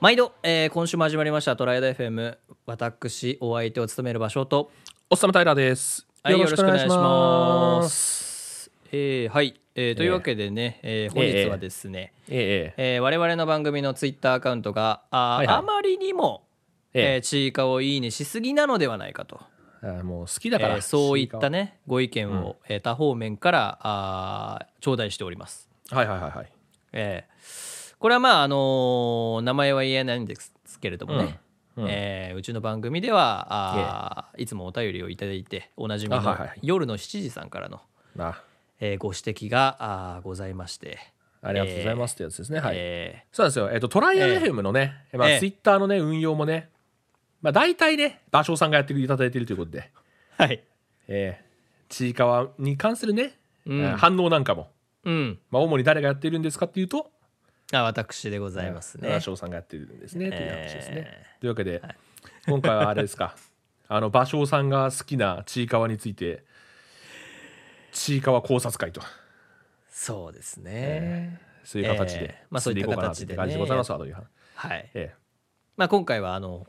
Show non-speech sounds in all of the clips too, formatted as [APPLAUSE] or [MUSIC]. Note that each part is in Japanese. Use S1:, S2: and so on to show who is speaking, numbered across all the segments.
S1: 毎度、えー今週も始まりました「トライアド FM」私お相手を務める場所と、
S2: おっさまタイラーです。。
S1: はい、よろしくお願いしますす。えーはい、えーというわけでね、えー本日はですね、
S2: ええ
S1: えー我々の番組のツイッターアカウントがあ,、
S2: はいはい
S1: あまりにも、
S2: ええ
S1: えーちいかわをいいねしすぎなのではないかと。
S2: ええあもう好きだから、
S1: えーそういった。ねご意見を、えー他方面からあー頂戴しております。
S2: はいはいはいはい。
S1: えーこれはまああのー名前は言えないんですけれどもね、う
S2: うんうん
S1: えーうちの番組ではあーいつもお便りをいただいておなじみの、
S2: あはいはい
S1: 夜の7時さんからの、
S2: あ、
S1: えーご指摘があーございまして
S2: ありがとうございますってやつですね。はい。
S1: え
S2: そうなんですよ。えっ、とトライアル FM のね、ま
S1: ええ
S2: あツイッターのね運用もね、まあ大体ね、場所さんがやっていただいているということで、
S1: ーはい
S2: ええちいかわに関するね、
S1: うん
S2: あ反応なんかも、
S1: うん
S2: まあ主に誰がやっているんですかっていうと、
S1: あ私でございますね、
S2: 場所さんがやっているんですね。という話ですね。
S1: え
S2: というわけで、今回はあれで
S1: [LAUGHS]
S2: すかあの芭蕉さんが好きなちいかわについてちいかわ考察会と
S1: そうですね、
S2: そういう形
S1: え
S2: で、
S1: えまあそういった
S2: 進んこかな
S1: 形でね
S2: と感じでございますわという話
S1: はい
S2: え
S1: まあ、今回はあの、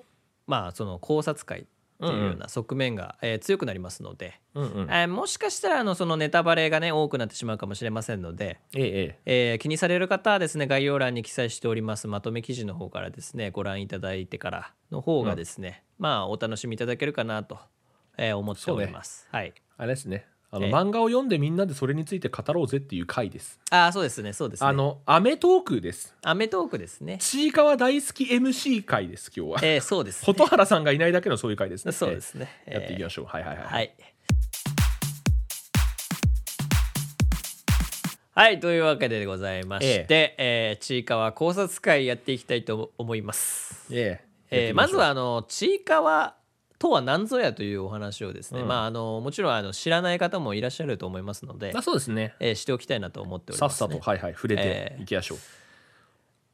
S1: まあ、その考察会というような側面が、えー強くなりますので、
S2: えうんうんえ
S1: [LAUGHS] えーもしかしたらあのそのネタバレがね多くなってしまうかもしれませんので、
S2: ええ
S1: えー気にされる方はですね概要欄に記載しておりますまとめ記事の方からですねご覧いただいてからの方がですね、まあお楽しみいただけるかなと、えー思っております。はい、
S2: あれですねあの、
S1: ええ
S2: 漫画を読んでみんなでそれについて語ろうぜっていう回です
S1: ああそうですねそうですね。
S2: あのアメトークです
S1: アメトークです
S2: [LAUGHS]
S1: ね。
S2: ちいかわ大好き MC 回です今日
S1: [LAUGHS]
S2: は、
S1: えーそうです、ね。
S2: 蛍原さんがいないだけのそういう回ですね
S1: そうですね。
S2: ええやっていき
S1: えー
S2: ましょう、はいはいはい、
S1: はい。はい、というわけでございまして、えーちいかわ考察会やっていきたいと思います。
S2: ええやってい
S1: えー
S2: きしょ
S1: ま
S2: う
S1: ずはあのちいかわとは何ぞやというお話をですね、
S2: うん
S1: まああのもちろんあの知らない方もいらっしゃると思いますので
S2: あ、そうですね
S1: えーしておきたいなと思っており
S2: さ
S1: ま
S2: っ
S1: す、ね。
S2: さとはいはい触れ
S1: え
S2: て
S1: え
S2: いきましょう、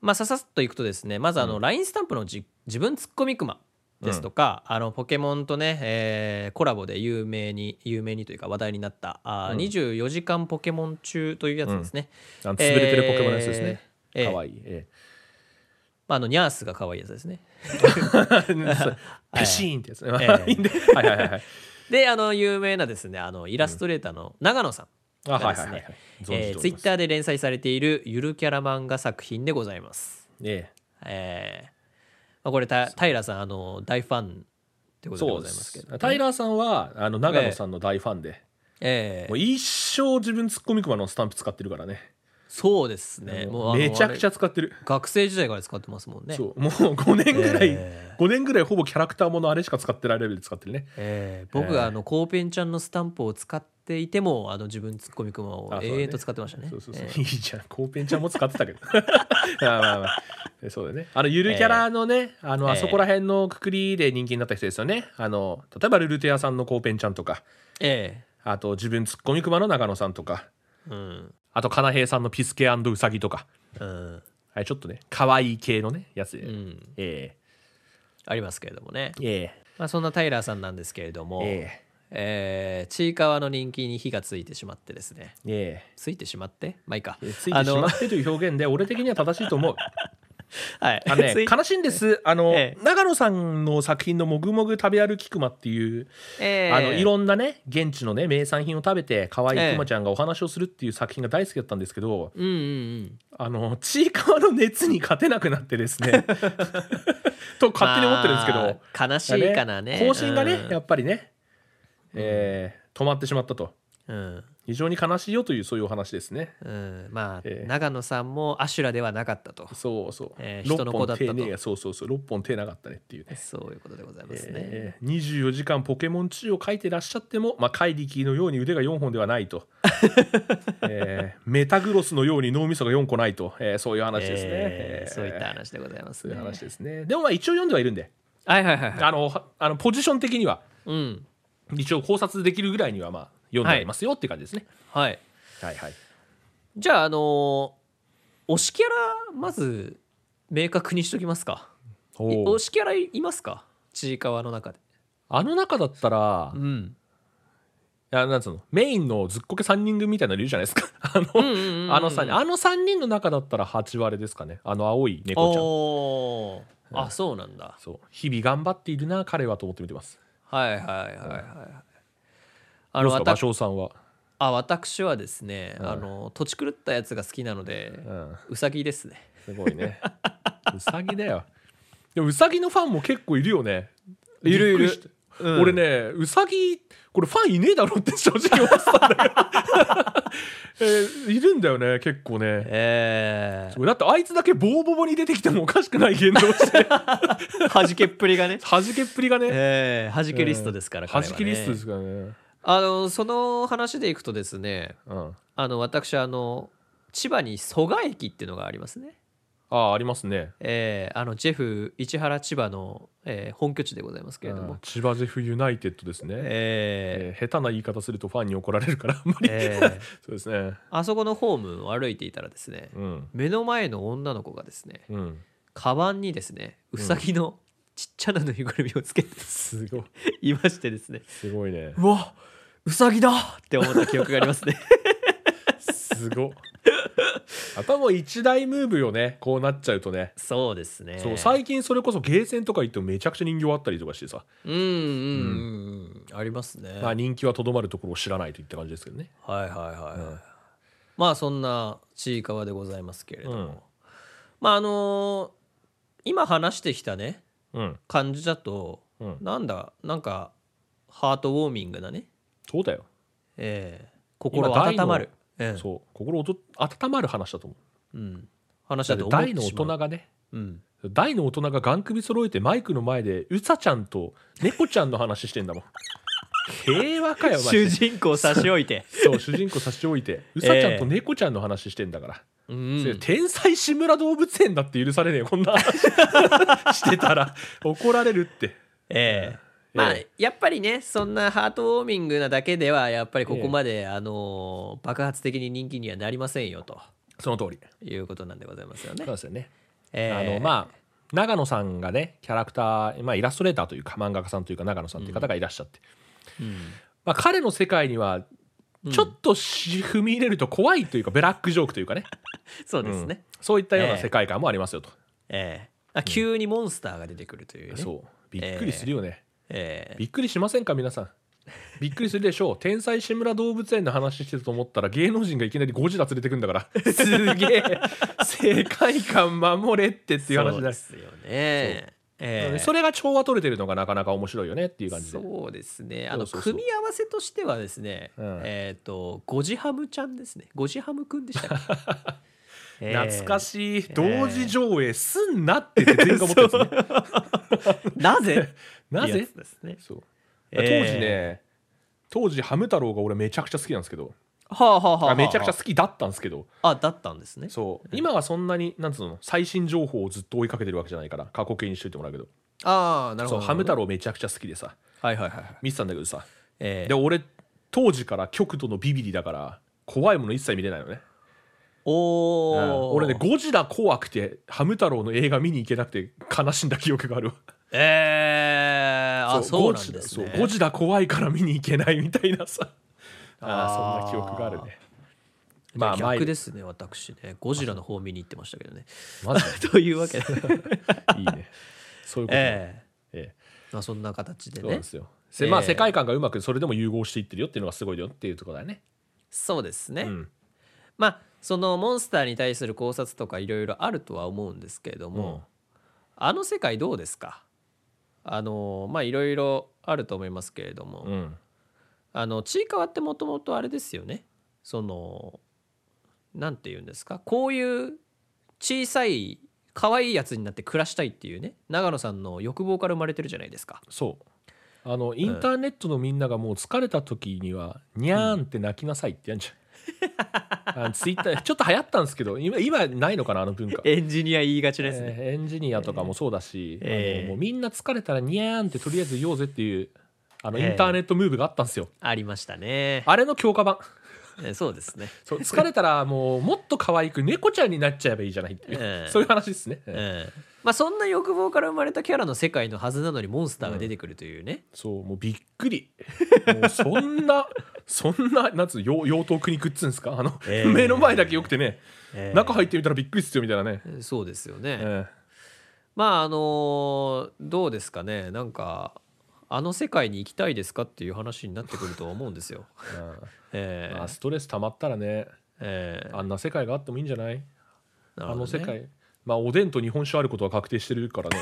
S1: まあさっさっといくとですねまずあの LINE スタンプのじ自分ツッコミクマですとか、あのポケモンとね、えーコラボで有名に有名にというか話題になったあー、
S2: うん
S1: 24時間ポケモン中というやつですね、
S2: あの潰れてるポケモンのやつですね。
S1: えー
S2: かわいい。え [LAUGHS]
S1: まあ、あのニャースが可愛いやつですね
S2: えそうペシーンってやつね。いいんで [LAUGHS] はいはいはいはい。
S1: であの有名なですねあのイラストレーターの長野さん
S2: あは
S1: が
S2: い
S1: で
S2: は
S1: す
S2: いはい
S1: ね
S2: はい。
S1: えツイッター Twitter で連載されているゆるキャラ漫画作品でございます
S2: ー。え
S1: えーまあ、これた平さんあの大ファンってこと
S2: え
S1: で
S2: そ
S1: ご
S2: う
S1: ざ
S2: で
S1: いますけ
S2: す
S1: ど。
S2: タイラーさんはあの長野さんの大ファンで、
S1: えー
S2: もう一生自分ツッコミクマのスタンプ使ってるからね。
S1: そうですねもうあの
S2: めちゃくちゃ使ってる。
S1: 学生時代から使ってますもんね。
S2: そうもう5年ぐらい、
S1: え
S2: 5年ぐらいほぼキャラクターものあれしか使ってられるで使ってるね。
S1: えー僕
S2: え
S1: が
S2: ー
S1: あのコーペンちゃんのスタンプを使っていてもあの自分ツッコミくまを
S2: あそうだね
S1: 永遠と使ってましたね。
S2: そうそうそう、
S1: え
S2: いいじゃんコーペンちゃんも使ってたけど [LAUGHS] まあまあまあえそうだよねあのゆるキャラのね、あ
S1: え
S2: の
S1: え
S2: あそこら辺のくくりで人気になった人ですよねあの例えばルルテヤさんのコーペンちゃんとか
S1: え
S2: あと自分ツッコミクマの長野さんとか
S1: えうん
S2: あとかなへいさんのピスケウサギとか
S1: うん
S2: はいちょっとね可愛い系のねやつで、
S1: うん
S2: え
S1: ありますけれどもね、
S2: ええ
S1: まあ、そんなタイラーさんなんですけれども、
S2: え
S1: え
S2: え
S1: えちいかわの人気に火がついてしまってですね
S2: ええ
S1: ついてしまってまあいいか
S2: えついてしまってという表現で俺的には正しいと思う
S1: あのはい
S2: [LAUGHS] あの、ね、
S1: [LAUGHS] つい
S2: 悲しいんですあの、
S1: ええ
S2: 長野さんの作品の「もぐもぐ食べ歩きくま」っていう
S1: ええ
S2: あのいろんなね現地のね名産品を食べて可愛いクマちゃんがお話をするっていう作品が大好きだったんですけど、
S1: うんうんうん
S2: あのちいかわの熱に勝てなくなってです
S1: [LAUGHS]
S2: ねと勝手に思ってるんですけど、
S1: まあ悲しいかなね
S2: 更新がね、
S1: うん
S2: やっぱりね、えー止まってしまったと
S1: うん
S2: 非常に悲しいよというそういうお話ですね
S1: うん、まあ、
S2: ええ
S1: 長野さんもアシュラではなかったと
S2: そうそう、
S1: えー
S2: 六
S1: 人の子だったと
S2: 本手ねえそうそうそう6本手なかったねっていうね
S1: そういうことでございますね、
S2: えー24時間ポケモン中を書いてらっしゃっても、まあ、怪力のように腕が4本ではない
S1: [LAUGHS]
S2: と、えーメタグロスのように脳みそが4個ないと、えーそういう話ですね、
S1: え
S2: え
S1: ー
S2: ー
S1: そういった話でございます
S2: そう
S1: ね
S2: いう話ですねでもまあ一応読んではいるんで、
S1: はいはいはいはい
S2: あのはあのポジション的には
S1: うん
S2: 一応考察できるぐらいにはまあ読んでありますよって感じですね、
S1: はい
S2: はい、はい
S1: じゃああのー推しキャラまず明確にしときますかい
S2: おう
S1: 推しキャラいますかちいかわの中で
S2: あの中だったら
S1: うん
S2: あなんつうのメインのずっこけ3人組みたいなのいるじゃないですかあの、
S1: うんうんうんうん
S2: あの3人あの3人の中だったら8割ですかねあの青い猫ちゃ
S1: お
S2: ん
S1: ーあそうなんだ
S2: そう日々頑張っているな彼はと思って見てます
S1: はいはいはいはいあ
S2: あ
S1: の
S2: の
S1: わ
S2: 芭
S1: た
S2: 蕉さんは、
S1: あ私はですね、あの土地狂ったやつが好きなので、
S2: うん、
S1: うさぎですね
S2: すごいね [LAUGHS] うさぎだよでもうさぎのファンも結構いるよね
S1: いるいる
S2: びっくりした
S1: うん
S2: 俺ねうさぎこれファンいねえだろって正直思ってたんだけど、 [LAUGHS] えーいるんだよね結構ね
S1: え
S2: だってあいつだけボーボボに出てきてもおかしくない言動して
S1: えはじけっぷりがね
S2: 弾けっぷりがね
S1: ええはじけリストですから、
S2: は
S1: 彼は
S2: じ
S1: ね
S2: きリストですからね
S1: あのその話でいくとですね
S2: うん
S1: あの私あの千葉に蘇我駅っていうのがありますね
S2: ああありますね
S1: ええあのジェフ市原千葉の、ええ本拠地でございますけれども、
S2: うん千葉ジェフユナイテッドですね、
S1: ええ
S2: えー下手な言い方するとファンに怒られるからあんまり、
S1: えー
S2: そうですね
S1: [LAUGHS] あそこのホームを歩いていたらですね、
S2: うん
S1: 目の前の女の子がですね
S2: うん
S1: カバンにですねうさぎのちっちゃなぬいぐるみをつけて
S2: すご
S1: [LAUGHS]
S2: い
S1: いましてですね
S2: すごいね
S1: うわうさぎだって思った記憶がありますね
S2: [LAUGHS] す [LAUGHS] ごいあとはもう一大ムーブよねこうなっちゃうとね
S1: そうですね
S2: そう最近それこそゲーセンとか行ってもめちゃくちゃ人形あったりとかしてさ、
S1: うんうんうん、うん、ありますね、
S2: ま
S1: は
S2: あ、
S1: い
S2: 人気はとどまるところを知らないといった感じですけどね、
S1: はいはい、
S2: うん
S1: まあそんなちいかわでございますけれども、
S2: うん
S1: まああのー今話してきたね
S2: うん
S1: 感じだと、
S2: うん
S1: なんだなんかハートウォーミングなね
S2: そうだよ、
S1: ええ心
S2: 今大の
S1: 温まる、ええ
S2: そう心おと温まる話だと思う
S1: うん、話
S2: だ
S1: だ
S2: って
S1: と思っ
S2: 大
S1: て
S2: の
S1: しま
S2: 大
S1: う
S2: 人がね
S1: うん、
S2: 大の大人が眼首揃えてマイクの前でうさちゃんと猫ちゃんの話してん [LAUGHS] だもん平和かよマジ
S1: 主
S2: で
S1: 人公差し置い
S2: [LAUGHS]
S1: て、
S2: そう主人公差し置
S1: [LAUGHS]
S2: いてうさちゃんと猫ちゃんの話してんだから、
S1: う
S2: それ
S1: ん、
S2: 天才志村動物園だって許されねえよこんな話して
S1: [LAUGHS]
S2: たら怒られるって
S1: ええまあ
S2: え
S1: やっぱりねそんなハートウォーミングなだけではやっぱりここまで、あのー爆発的に人気にはなりませんよと
S2: その通り
S1: いうことなんでございますよね
S2: そう。ですよね、
S1: え
S2: あのまあ長野さんがねキャラクター、まあ、イラストレーターというか漫画家さんというか長野さんという方がいらっしゃって、まあ、彼の世界にはちょっとし踏み入れると怖いというか、ブラックジョークというかね
S1: そうですね、
S2: そういったような
S1: ええ
S2: 世界観もありますよと、
S1: ええあ急にモンスターが出てくるというね。
S2: そうびっくりするよね、
S1: ええ
S2: びっくりしませんか皆さんびっくりするでしょう天才志村動物園の話してたと思ったら芸能人がいきなりゴジラ連れてくんだから [LAUGHS] すげえ世界観守れってっていう話
S1: そう
S2: だ
S1: で
S2: そ,、
S1: すよね。ええ
S2: それが調和取れてるのがなかなか面白いよねっていう感じで
S1: そうですね。あの
S2: そうそうそう
S1: 組み合わせとしてはですね、
S2: うん
S1: えっ、とゴジハムちゃんですね。ゴジハムくんでしたっけ。
S2: [LAUGHS] 懐かしい、
S1: ー
S2: 同時上映すんなってって全員が思ってるんですね
S1: い。なぜ？
S2: [LAUGHS] な
S1: ってや
S2: ぜ
S1: つですね。
S2: そう
S1: え
S2: 当
S1: え
S2: 時ね、当時ハム太郎が俺めちゃくちゃ好きなんですけど
S1: はあ、はあはあはあ、
S2: あめちゃくちゃ好きだったんですけど
S1: あだったんですね。
S2: そう今はそんなになんつうの最新情報をずっと追いかけてるわけじゃないから過去形にしといてもらうけど
S1: ああなるほ
S2: そう
S1: ど。
S2: ハム太郎めちゃくちゃ好きでさ
S1: はいはいはいはい。
S2: 見てたんだけどさ
S1: え
S2: で
S1: ー、
S2: 俺当時から極度のビビリだから怖いもの一切見れないのね、
S1: お
S2: うん
S1: お、
S2: 俺ねゴジラ怖くてハム太郎の映画見に行けなくて悲しんだ記憶があるわ
S1: えー、あそうなんです
S2: ゴジ
S1: ね。
S2: そうゴジラ怖いから見に行けないみたいなさあ
S1: あー
S2: ーそんな記憶があるね
S1: まあ
S2: まあ
S1: 逆ですね私ねゴジラの方見に行ってましたけどね。 [LAUGHS]
S2: マジ
S1: というわけ
S2: [LAUGHS]
S1: で、
S2: でいいねそういうこと、ね
S1: え
S2: ええ
S1: ー、まあそんな形で
S2: そうなん
S1: ね
S2: で。すよ、せまあ
S1: ええ
S2: 世界観がうまくそれでも融合していってるよっていうのがすごいよっていうところだね
S1: そうですね。
S2: うん
S1: まあそのモンスターに対する考察とかいろいろあるとは思うんですけれども、
S2: うん
S1: あの世界どうですかあのまあいろいろあると思いますけれども、
S2: うん
S1: あのちいかわってもともとあれですよねそのなんて言うんですかこういう小さい可愛いやつになって暮らしたいっていうね長野さんの欲望から生まれてるじゃないですか
S2: そうあのインターネットのみんながもう疲れた時には「にゃーん」って泣きなさいってやんじゃ
S1: [LAUGHS]
S2: ん、あツイッターちょっと流行ったんですけど今今ないのかなあの文化、
S1: エンジニア言いがちですね、
S2: えーエンジニアとかもそうだし、
S1: えー
S2: あのもうみんな疲れたら「にゃーん」ってとりあえず言おうぜっていうあのイ
S1: えー
S2: ンターネットムーブがあったんですよ、
S1: ありましたね
S2: あれの強化版
S1: えそうですね
S2: そう疲れたらもうもっと可愛く猫ちゃんになっちゃえばいいじゃないっていう、
S1: えー
S2: そういう話ですね、えー
S1: うんままあ、そんな欲望から生まれたキャラの世界のはずなのにモンスターが出てくるというね、
S2: そうもうびっく
S1: [LAUGHS]
S2: りもうそんなそんななんつうよ妖刀国食っつうんですかあの、
S1: ええ
S2: 目の前だけよくてね、
S1: ええ
S2: 中入ってみたらびっくりっすよみたいなね、
S1: そうですよね、
S2: え
S1: まああのーどうですかねなんかあの世界に行きたいですかっていう話になってくるとは思うんですよ。 [LAUGHS]
S2: えうん
S1: え
S2: ま
S1: ー
S2: あストレス溜まったらね
S1: えー
S2: あんな世界があってもいいんじゃない
S1: なるほ
S2: あ
S1: ど
S2: の
S1: ね
S2: 世界、まあおでんと日本酒あることは確定して
S1: [LAUGHS]
S2: るからね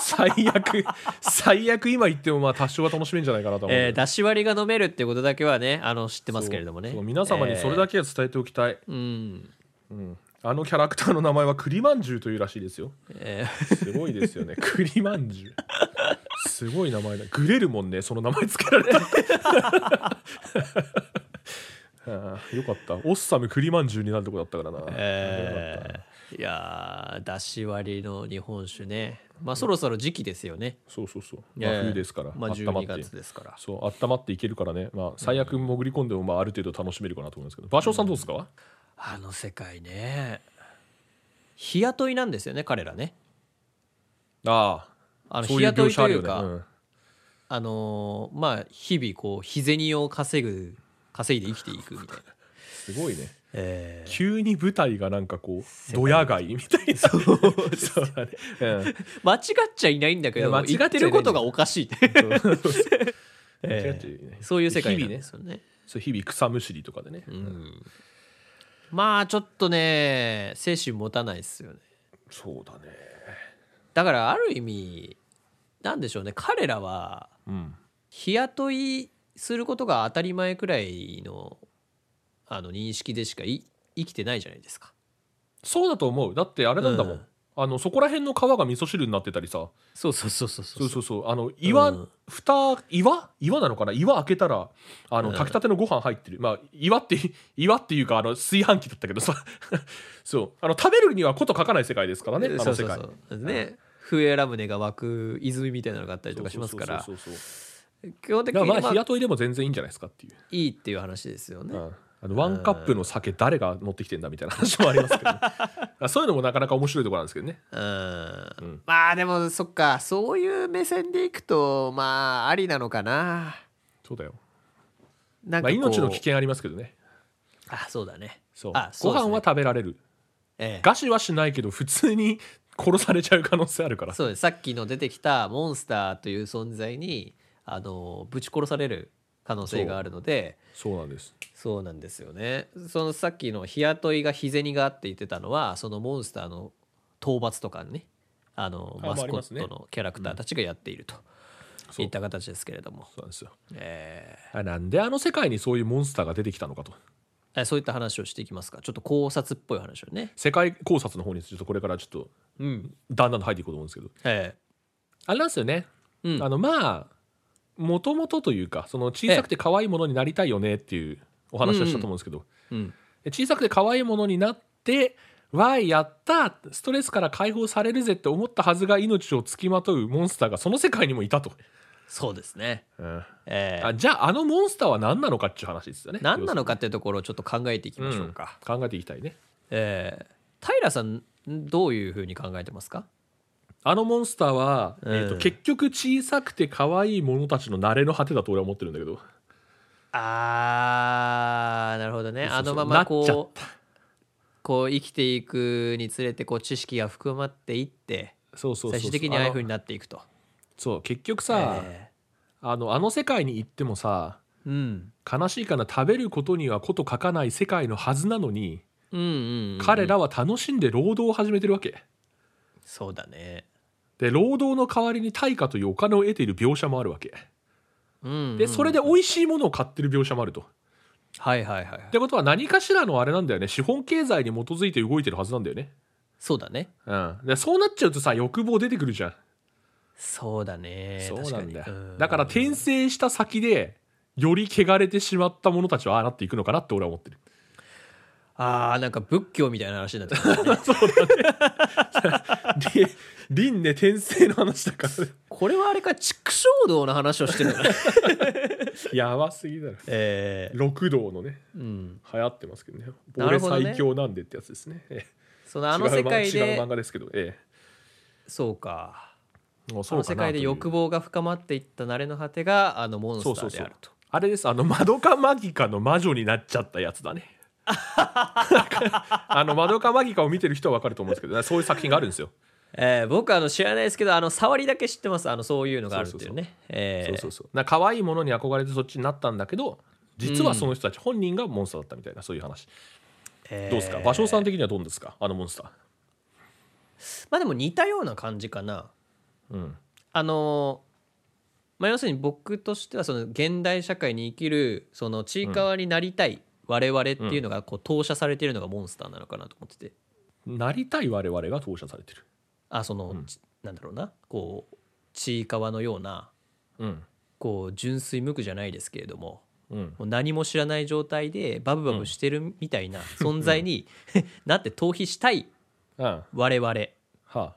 S2: 最悪最悪今言ってもまあ多少は楽しめんじゃないかなと思う、
S1: えー出し割りが飲めるってことだけはねあの知ってますけれどもね
S2: そうそう皆様にそれだけは伝えておきたい、
S1: け、えーうん
S2: うん、あのキャラクターの名前は栗まんじゅうというらしいですよ
S1: え
S2: [LAUGHS]
S1: ー
S2: すごいですよね栗まんじゅうすごい名前だグレるもんねその名前つけられた [LAUGHS] ああよかったオッサム栗まんじゅうになるとこだったからな、よかった
S1: えーいやー出し割りの日本酒ねまあそろそろ時期ですよね、
S2: そうそうそう、まあ
S1: えー
S2: 冬ですから、
S1: まあ、
S2: 温まっ
S1: 12
S2: て
S1: 月ですから
S2: そう温まっていけるからね、まあ、最悪潜り込んでも、まあ、ある程度楽しめるかなと思いますけど場所さんどうですか、
S1: あの世界ね日雇いなんですよね彼らね
S2: あ
S1: あ
S2: あ
S1: の
S2: そう
S1: 日
S2: いう
S1: 雇
S2: 描
S1: い
S2: 写あ
S1: と
S2: る
S1: い
S2: よ
S1: う
S2: ね
S1: か
S2: うん
S1: あのーまあ日々こう日銭を稼ぐ稼いで生きていくみたいな、
S2: すごいね
S1: [LAUGHS] えー
S2: 急に舞台がなんかこうドヤ街みたいな [LAUGHS] そうだね、うん
S1: 間違っちゃいないんだけど
S2: いや間違っちゃ
S1: 言
S2: いない
S1: ってることがおかしいって
S2: [LAUGHS] そうそうそう間違っちゃいない
S1: [LAUGHS] そういう世界な
S2: 日
S1: ん
S2: 々ね
S1: ですよね。
S2: そう日々草むしりとかでね、
S1: うんまあちょっとね精神持たないですよね。
S2: そうだね
S1: だからある意味なんでしょうね彼らは
S2: うん
S1: 日雇いすることが当たり前くらいのあの認識でしかい生きてないじゃないですか。
S2: そうだと思うだってあれなんだもん、
S1: うん
S2: あのそこら辺の川が味噌汁になってたりさ
S1: そうそうそうそうそ
S2: そう
S1: う
S2: そうそうあの岩、
S1: うん
S2: 蓋岩岩なのかな岩開けたらあの
S1: うん
S2: 炊きたてのご飯入ってる、まあ岩って [LAUGHS] 岩っていうかあの炊飯器だったけどさ [LAUGHS] そうあの食べるにはこと書かない世界ですからねあの世界
S1: そうそうそうね笛ラムネが湧く泉みたいなのがあったりとかしますから
S2: そうそうそう
S1: 基本的
S2: そう
S1: に
S2: まあまあ
S1: ま
S2: 日
S1: あ
S2: 雇いでも全然いいんじゃないですかっていう、
S1: いいっていう話ですよね。
S2: うんあのワンカップの酒誰が持ってきてんだみたいな話もありますけ
S1: [LAUGHS]
S2: どね、あそういうのもなかなか面白いところなんですけどね
S1: うん
S2: ん
S1: まあでもそっかそういう目線でいくとまあありなのかな
S2: そうだよ、
S1: なんか
S2: まあ、
S1: こう
S2: 命の危険ありますけどね
S1: あそうだね
S2: そう
S1: あそうですね
S2: ご飯は食べられる
S1: ええ
S2: 餓死はしないけど普通に殺されちゃう可能性あるから
S1: そうですさっきの出てきたモンスターという存在にあのぶち殺される可能性があるので
S2: そうなんです
S1: そうなんですよねそのさっきの日雇いが日銭があって言ってたのはそのモンスターの討伐とかねあの
S2: あ
S1: マス
S2: まああり
S1: コ
S2: ますね
S1: ットのキャラクターたちがやっていると
S2: そう
S1: いった形ですけれども、
S2: そうなんですよ
S1: ええ
S2: あなんであの世界にそういうモンスターが出てきたのかと
S1: えそういった話をしていきますかちょっと考察っぽい話をね
S2: 世界考察の方にちょっとこれからちょっと
S1: うん
S2: だんだんと入っていこうと思うんですけど
S1: え
S2: あれなんですよね、
S1: えうん
S2: あのまあもともとというかその小さくて可愛いものになりたいよねっていうお話はしたと思うんですけど、
S1: うん
S2: で小さくて可愛いものになってわーいやったストレスから解放されるぜって思ったはずが命をつきまとうモンスターがその世界にもいたと、
S1: そうですね
S2: うん
S1: ええ
S2: あじゃああのモンスターは何なのかっていう話ですよね
S1: 何なのかっていうところをちょっと考えていきましょうか、
S2: 考えていきたいね
S1: ええ平さんどういうふうに考えてますか
S2: あのモンスターは、
S1: うん
S2: えーと結局小さくて可愛い者たちの慣れの果てだと俺は思ってるんだけど
S1: あーなるほどね
S2: そうそう
S1: あのまま
S2: なっちゃっ
S1: こうこう生きていくにつれてこう知識が含まっていって
S2: そうそうそう
S1: 最終的にああいうふう
S2: に
S1: になっていくと
S2: そう結局さ、
S1: え
S2: あのあの世界に行ってもさ
S1: えうん
S2: 悲しいかな食べることにはこと書かない世界のはずなのに、
S1: うんうん、うん、
S2: 彼らは楽しんで労働を始めてるわけ
S1: そうだね
S2: で労働の代わりに対価というお金を得ている描写もあるわけ
S1: うん、うん
S2: でそれで美味しいものを買ってる描写もあると
S1: はいはいはいはい
S2: ってことは何かしらのあれなんだよね資本経済に基づいて動いてるはずなんだよね
S1: そうだね
S2: うんでそうなっちゃうとさ欲望出てくるじゃん
S1: そうだね
S2: そうなんだよ
S1: 確にうん
S2: だから転生した先でより汚れてしまった者たちはああなっていくのかなって俺は思ってる
S1: あーなんか仏教みたいな話になってき
S2: [LAUGHS]
S1: たね
S2: で輪廻転生の話だ
S1: [LAUGHS]
S2: からね
S1: これはあれか畜生道の話をしてるの
S2: [LAUGHS]
S1: ね
S2: やばすぎだろ
S1: え
S2: 六道のね
S1: ーうん
S2: 流行ってますけどね
S1: なる
S2: 俺
S1: ほどね
S2: 最強なんでってやつですねええ
S1: そのあの世界
S2: 違う漫違う
S1: で
S2: 漫画ですけどえ
S1: そうか
S2: もう
S1: その世界で欲
S2: 望
S1: 望が深まっていった慣れの果てがあのモン
S2: そう
S1: スタ
S2: そ
S1: ーであ
S2: うそう
S1: ると
S2: あれですあのマドカマギカの魔女になっちゃったやつだね [LAUGHS] あのマドカマギカを見てる人は分かると思うんですけどそういう作品があるんですよ
S1: えー僕あの知らないですけどあの触りだけ知ってますあのそういうのがあるっていうねえ
S2: そう
S1: ー
S2: そうそうなんか可愛いものに憧れてそっちになったんだけど実はその人たち本人がモンスターだったみたいなそういう話、
S1: えー
S2: どうですか芭蕉さん的にはどうですかあのモンスター
S1: まあでも似たような感じかな
S2: うん
S1: あのまあ要するに僕としてはその現代社会に生きるそのちいかわになりたい我々っていうのがこう投射されてるのがモンスターなのかなと思ってて
S2: なりたい我々が投射されてる
S1: あその、ちなんだろうなこうちいかわのような
S2: うん
S1: こう純粋無垢じゃないですけれども
S2: うん
S1: もう何も知らない状態でバブバブしてるみたいな存在になって逃避したい
S2: うんは
S1: 我々
S2: あ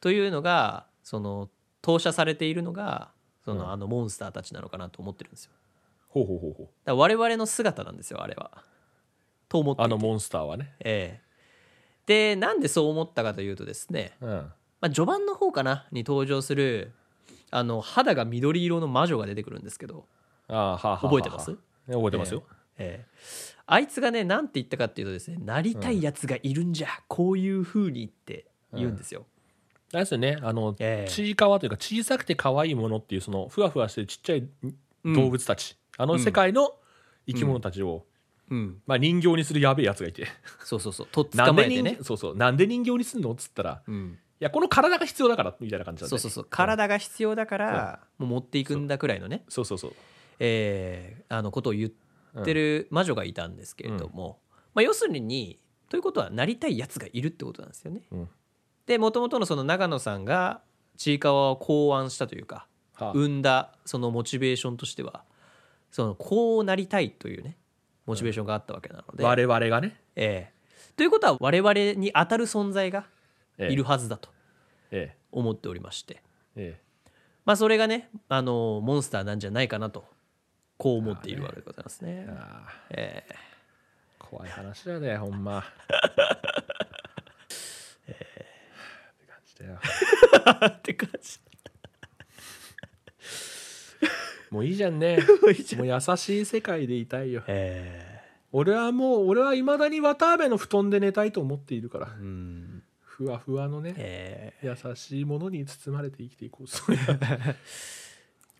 S1: というのがその投射されているのがその、
S2: うん
S1: あのモンスターたちなのかなと思ってるんですよ
S2: ほうほうほうほ
S1: だ
S2: う
S1: から我々の姿なんですよあれは。と思って
S2: あのモンスターはね
S1: ええでなんでそう思ったかというとですね、
S2: うん
S1: まあ、序盤の方かなに登場するあの肌が緑色の魔女が出てくるんですけど、
S2: あーはあはあはあ
S1: 覚えてます
S2: ね覚えてますよ、
S1: ええあいつがねなんて言ったかっていうとですねなりたいやつがいるんじゃ、こういうふうにって言うんですよ。
S2: あれですよねあの、
S1: ええ
S2: ちいかわというか小さくて可愛いものっていうそのふわふわしてるちっちゃい
S1: うん
S2: 動物たち、あの世界の生き物たちを、
S1: うん、
S2: まあ、人形にするやべえやつがいて
S1: そうそうそうとっ
S2: な
S1: 捕
S2: ん
S1: ま
S2: で
S1: えて
S2: 人
S1: ね
S2: 形。そうそうなんで人形にすんのっつったらい
S1: うん
S2: やこの体が必要だからみたいな感じなん
S1: そ
S2: で
S1: うそうそう体が必要だからもう持っていくんだくらいのね
S2: そうそうそう
S1: えーあのことを言ってる魔女がいたんですけれども、まあ、要するにということはなりたいやつがいるってことなんですよね。
S2: うん
S1: でもともとのその長野さんがちいかわを考案したというか
S2: はあ
S1: 生んだそのモチベーションとしてはそのこうなりたいというねモチベーションがあったわけなので。
S2: 我々がね、
S1: えーということは我々に当たる存在が
S2: ええ
S1: いるはずだと
S2: え
S1: 思っておりまして、
S2: ええ
S1: まあ、それがねあのモンスターなんじゃないかなとこう思っているわけでございますね
S2: え。ああ
S1: えー
S2: 怖い話だねほ
S1: [LAUGHS]
S2: んまって感じだよ
S1: [LAUGHS] って感
S2: [LAUGHS]
S1: じ
S2: もういいじゃんね
S1: [LAUGHS]
S2: [LAUGHS] もう優しい世界でいたいよ
S1: え
S2: 俺はもう俺はいまだに綿あめの布団で寝たいと思っているから
S1: ー、うん
S2: ふわふわのね
S1: え
S2: 優しいものに包まれて生きてい
S1: [LAUGHS]
S2: こうそういう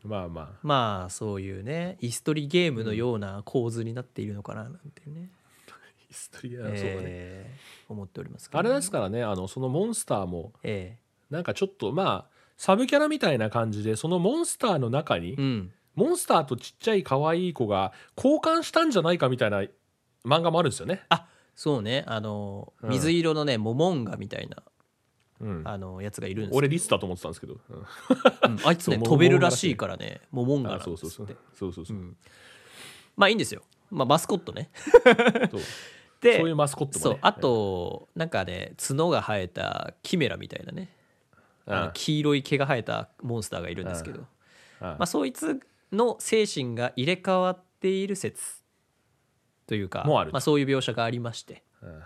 S2: まあま
S1: ーまあそういうね椅子取りゲームのような構図になっているのかななんてね,、
S2: あヒストリア
S1: え
S2: そうだね、
S1: ー思っておりますけど
S2: あ
S1: ね、
S2: れですからねあのそのモンスターも
S1: え
S2: なんかちょっとまあサブキャラみたいな感じでそのモンスターの中に、
S1: ーうん
S2: モンスターとちっちゃい可愛い子が交換したんじゃないかみたいな漫画もあるんですよね。
S1: あそうねあの
S2: うん
S1: 水色のねモモンガみたいな
S2: うん、
S1: あのやつがいるんですけど
S2: 俺リスだと思ってたんですけど、うん
S1: うんあいつね
S2: そう
S1: 飛べるらしいからねモモンガなん
S2: あ
S1: です
S2: そうそうそうそうそうそう,、
S1: んまあいいんですよ、まあ、マスコットね
S2: そう
S1: で
S2: そういうマスコット
S1: そ
S2: も、ね、
S1: うあとなんかね角が生えたキメラみたいなね
S2: うん
S1: あの黄色い毛が生えたモンスターがいるんですけど、
S2: うん
S1: まあ、そいつの精神が入れ替わっている説というか
S2: もある
S1: まあ、そういう描写がありまして、
S2: うん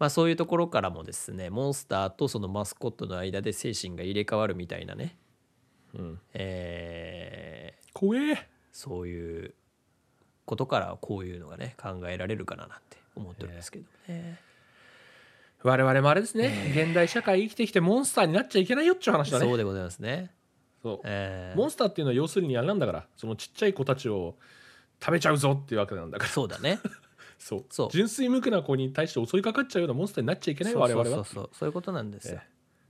S1: まあ、そういうところからもですねモンスターとそのマスコットの間で精神が入れ替わるみたいなね、
S2: うん
S1: えー
S2: 怖え
S1: そういうことからこういうのがね考えられるかななんて思っておりますけどね。
S2: 我々もあれですね、現代社会生きてきてモンスターになっちゃいけないよっちゅう話だね
S1: そうでございますね。
S2: そう
S1: えー
S2: モンスターっていうのは要するにあれなんだからそのちっちゃい子たちを食べちゃうぞっていうわけなんだから [LAUGHS]
S1: そうだね。
S2: そう
S1: そう
S2: 純粋無垢な子に対して襲いかかっちゃうようなモンスターになっちゃいけない
S1: そう
S2: わ我
S1: そう
S2: 々
S1: そ
S2: は
S1: うそうそういうことなんですよ。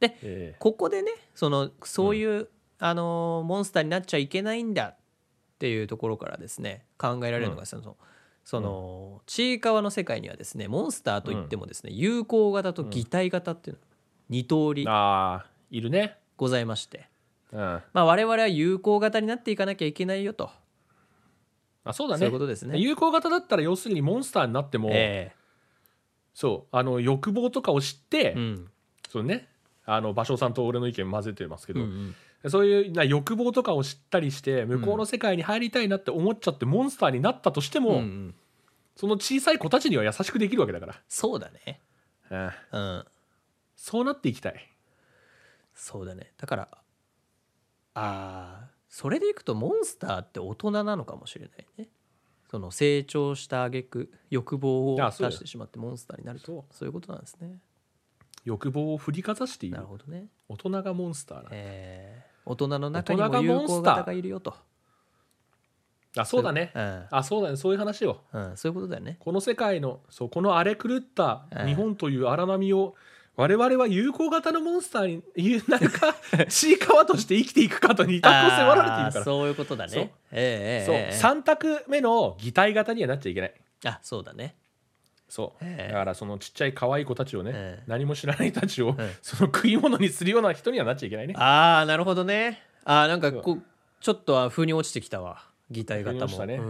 S2: え
S1: ここでねそのそういう、あのーモンスターになっちゃいけないんだっていうところからですね考えられるのが、
S2: う
S1: そのそのちいかわの世界にはですねモンスターといってもですね、有効型と擬態型っていうのが二通
S2: え
S1: り
S2: ああいるね
S1: ございまして、
S2: うんあ
S1: まあ、我々は有効型になっていかなきゃいけないよと
S2: そうだね
S1: そういうことですね
S2: 有効型だったら要するにモンスターになっても、
S1: え
S2: そうあの欲望とかを知って、
S1: えうん
S2: そうねあの芭蕉さんと俺の意見混ぜてますけ
S1: う
S2: ど、
S1: んうん
S2: そういうな欲望とかを知ったりして向こうの世界に入りたいなって思っちゃってモンスターになったとしても、
S1: うんうん
S2: その小さい子たちには優しくできるわけだから、
S1: そうだね、うん、
S2: そうなっていきたい
S1: そうだねだからあーそれでいくとモンスターって大人なのかもしれないねその成長した挙句欲望を
S2: あそうだ
S1: 出し
S2: よ
S1: てしまってモンスターになると
S2: そう
S1: そういうことなんですね
S2: 欲望を振りかざしてい
S1: な
S2: る
S1: るほどね、
S2: 大人がモンスターな
S1: えー大人の中に
S2: 大人
S1: も
S2: が
S1: 有
S2: モンスター
S1: 効型がいるよと
S2: あそうだね
S1: うん
S2: あそうだねそういう話よ
S1: うん、そういうことだよね
S2: この世界のそうこの荒れ狂った
S1: うん
S2: 日本という荒波を我々は友好型のモンスターにな
S1: [LAUGHS]
S2: るかちいかわとして生きていくかと二択を迫られているか
S1: あー
S2: ら
S1: そういうことだ
S2: そ
S1: ね
S2: う
S1: え
S2: そう
S1: えええ
S2: 3択目の擬態型にはなっちゃいけない
S1: あそうだね
S2: そう
S1: ええ
S2: だからそのちっちゃい可愛い子たちをね、
S1: ええ
S2: 何も知らないたちを、
S1: ええ
S2: [LAUGHS] その食い物にするような人にはなっちゃいけないね
S1: ああなるほどねあーなんかこうちょっとは風に落ちてきたわ擬態
S2: わかり
S1: 型
S2: まし
S1: も、
S2: たね
S1: う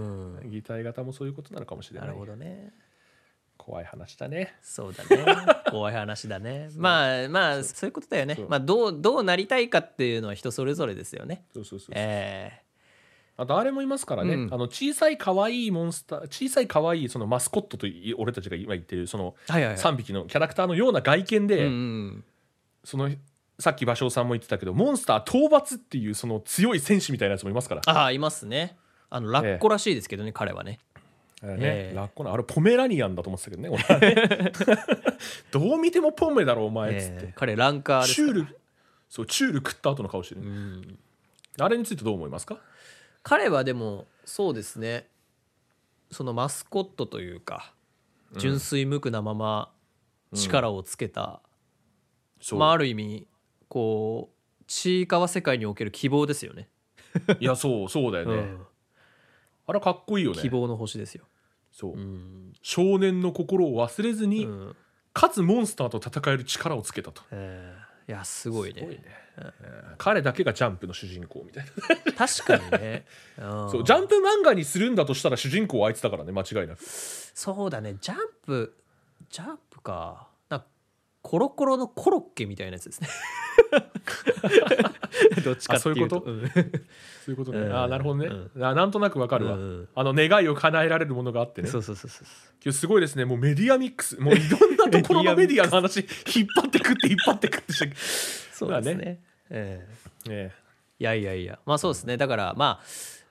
S1: ん、
S2: 擬態型もそういうことなのかもしれな
S1: ないるほどね
S2: 怖い話だね
S1: そうだね怖い話だ
S2: [LAUGHS]
S1: ねまあまあそういうことだよね
S2: そう
S1: まあどうどうなりたいかっていうのは人それぞれですよね
S2: そうそうそう
S1: え
S2: あとあれもいますからね、
S1: うん
S2: あの小さい可愛いモンスター小さい可愛いそのマスコットとい俺たちが今言ってるその
S1: えはいはいはい
S2: 3匹のキャラクターのような外見で、
S1: うんうん
S2: そのさっき芭蕉さんも言ってたけどモンスター討伐っていうその強い戦士みたいなやつもいますから、
S1: ああいますねあのラッコらしいですけどね、彼はね
S2: あれね
S1: ええ
S2: ラッコのあれポメラニアンだと思ってたけどね俺はね
S1: [LAUGHS]
S2: どう見てもポメだろお前っつって、
S1: ええ彼ランカーです
S2: チュールそうチュール食った後の顔してる、
S1: うん
S2: あれについてどう思いますか
S1: 彼はでもそうですねそのマスコットというか純粋無垢なまま力をつけた、
S2: そう
S1: まあある意味こうちいかわ世界における希望ですよね
S2: いやそうそうだよね、
S1: うん
S2: あれかっこいいよね
S1: 希望の星ですよ、
S2: そう、
S1: うん
S2: 少年の心を忘れず
S1: う
S2: に、
S1: ん
S2: かつモンスターと戦える力をつけたと
S1: えーいやすごいね
S2: すごいねうん彼だけがジャンプの主人公みたいな
S1: 確かに [LAUGHS] ね、うん
S2: そうジャンプ漫画にするんだとしたら主人公はあいつだからね間違いなく
S1: そうだねジャンプジャンプかなんかコロコロのコロッケみたいなやつですね [LAUGHS] どっちかっていうと
S2: あそう
S1: うん
S2: そういうことね、
S1: うん
S2: ああなるほどね、あなんとなくわかるわ、
S1: うん
S2: あの願いを叶えられるものがあってね
S1: [LAUGHS] そうそうそうそう
S2: 今日すごいですねもうメディアミックスもういろんなところ [LAUGHS] のメ
S1: メ
S2: デ
S1: デ
S2: ィアの話引っ張ってくって引っ張ってくってして、 [LAUGHS] ね
S1: そうですね、ええ
S2: え、
S1: いやいやいやまあそうですねだからまあ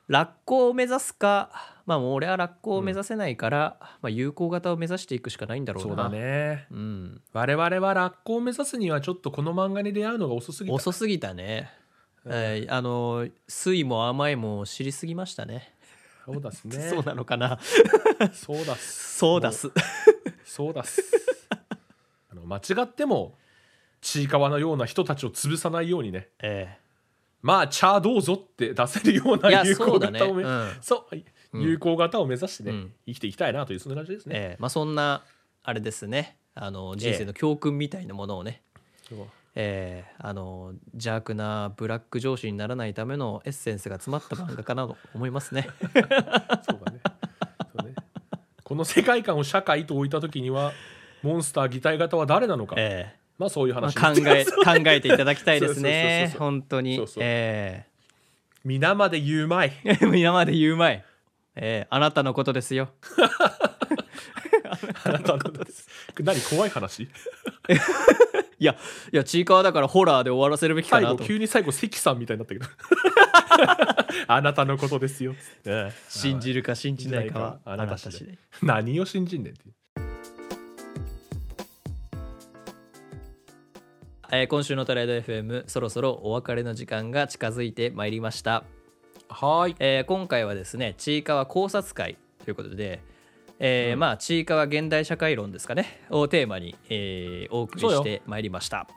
S1: ラッコを目指すかまあもう俺はラッコを目指せないから、まあ有効型を目指していくしかないんだろうな
S2: そうだね
S1: うん
S2: 我々はラッコを目指すにはちょっとこの漫画に出会うのが遅すぎた
S1: 遅すぎたね、えーあの酸いも甘いも知りすぎましたね
S2: そうだすね
S1: そうなのかな
S2: [LAUGHS] そうだす
S1: そうだす
S2: そうだっ [LAUGHS] すあの間違ってもちいかわのような人たちを潰さないようにね
S1: [LAUGHS] え
S2: まあチャーどうぞって出せるよう
S1: い
S2: な
S1: や
S2: 有
S1: そ
S2: 効
S1: うだね
S2: 型をめ
S1: うん
S2: そう有効型を目指してね、
S1: うん
S2: 生きていきたいなというそんな感じです
S1: え
S2: ね、
S1: ええまあそんなあれですねあの人生の教訓みたいなものをね、
S2: そう
S1: ええあの邪悪なブラック上司にならないためのエッセンスが詰まった漫画かなと思い
S2: [LAUGHS]
S1: ますね。
S2: そうだねそうねこの世界観を社会と置いた時にはモンスター擬態型は誰なのか、
S1: ええ
S2: まあ [LAUGHS] そういう
S1: まあ、
S2: 話、
S1: 考え考えていただきたいですね
S2: [LAUGHS] そうそうそうそうそう
S1: 本当に
S2: そうそう
S1: え
S2: 皆まで言うまい
S1: え今まで言うまい、ええあなたのことですよ
S2: あなたのことです何怖い話
S1: いやいやちいかわだからホラーで終わらせるべきか
S2: 最
S1: な
S2: 後
S1: と
S2: 急に最後関さんみたいになった
S1: [LAUGHS]
S2: けどあなたのことですよ、ね
S1: [LAUGHS] 信じるか信じないかはあなた
S2: 信じ
S1: 次
S2: な
S1: 第
S2: 何を信じんねんっていう
S1: えー今週のトレード FM そろそろお別れの時間が近づいてまいりました、
S2: はーい
S1: えー今回はですねちいかわ考察会ということで、えーまあちいかわ現代社会論ですかねをテーマに、えーお送り
S2: そうよ
S1: してまいりました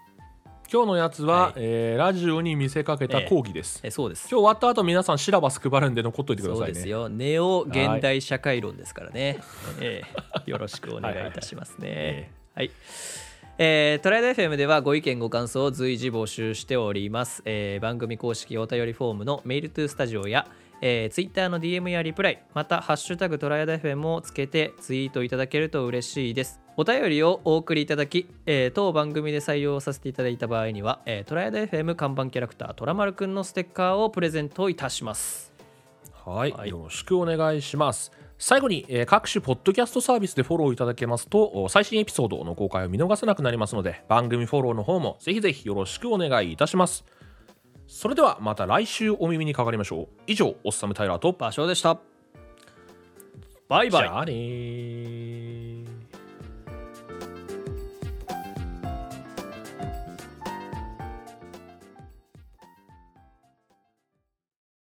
S2: 今日のやつは、
S1: はい
S2: えーラジオに見せかけた講義です、
S1: えーそうです
S2: 今日終わった後皆さんシラバス配るんで残っといてくだ
S1: そ
S2: さ
S1: う
S2: い
S1: です
S2: ね
S1: よネオ現代社会論ですからね、ええよろしくお願いいたしますねはいえートライド FM ではご意見ご感想を随時募集しております、えー番組公式お便りフォームのメールトゥースタジオや、えー、ツイッターの DM やリプライまた「ハッシュタグトライド FM」をつけてツイートいただけると嬉しいですお便りをお送りいただき、えー当番組で採用させていただいた場合には、えートライド FM 看板キャラクタートラマルくんのステッカーをプレゼントいたします
S2: はい、
S1: はい
S2: よろしくお願いします最後に、えー各種ポッドキャストサービスでフォローいただけますとお最新エピソードの公開を見逃せなくなりますので番組フォローの方もぜひぜひよろしくお願いいたしますそれではまた来週お耳にかかりましょう以上おっさむタイラーと
S1: 場所でしたバイバイ
S2: じゃあねー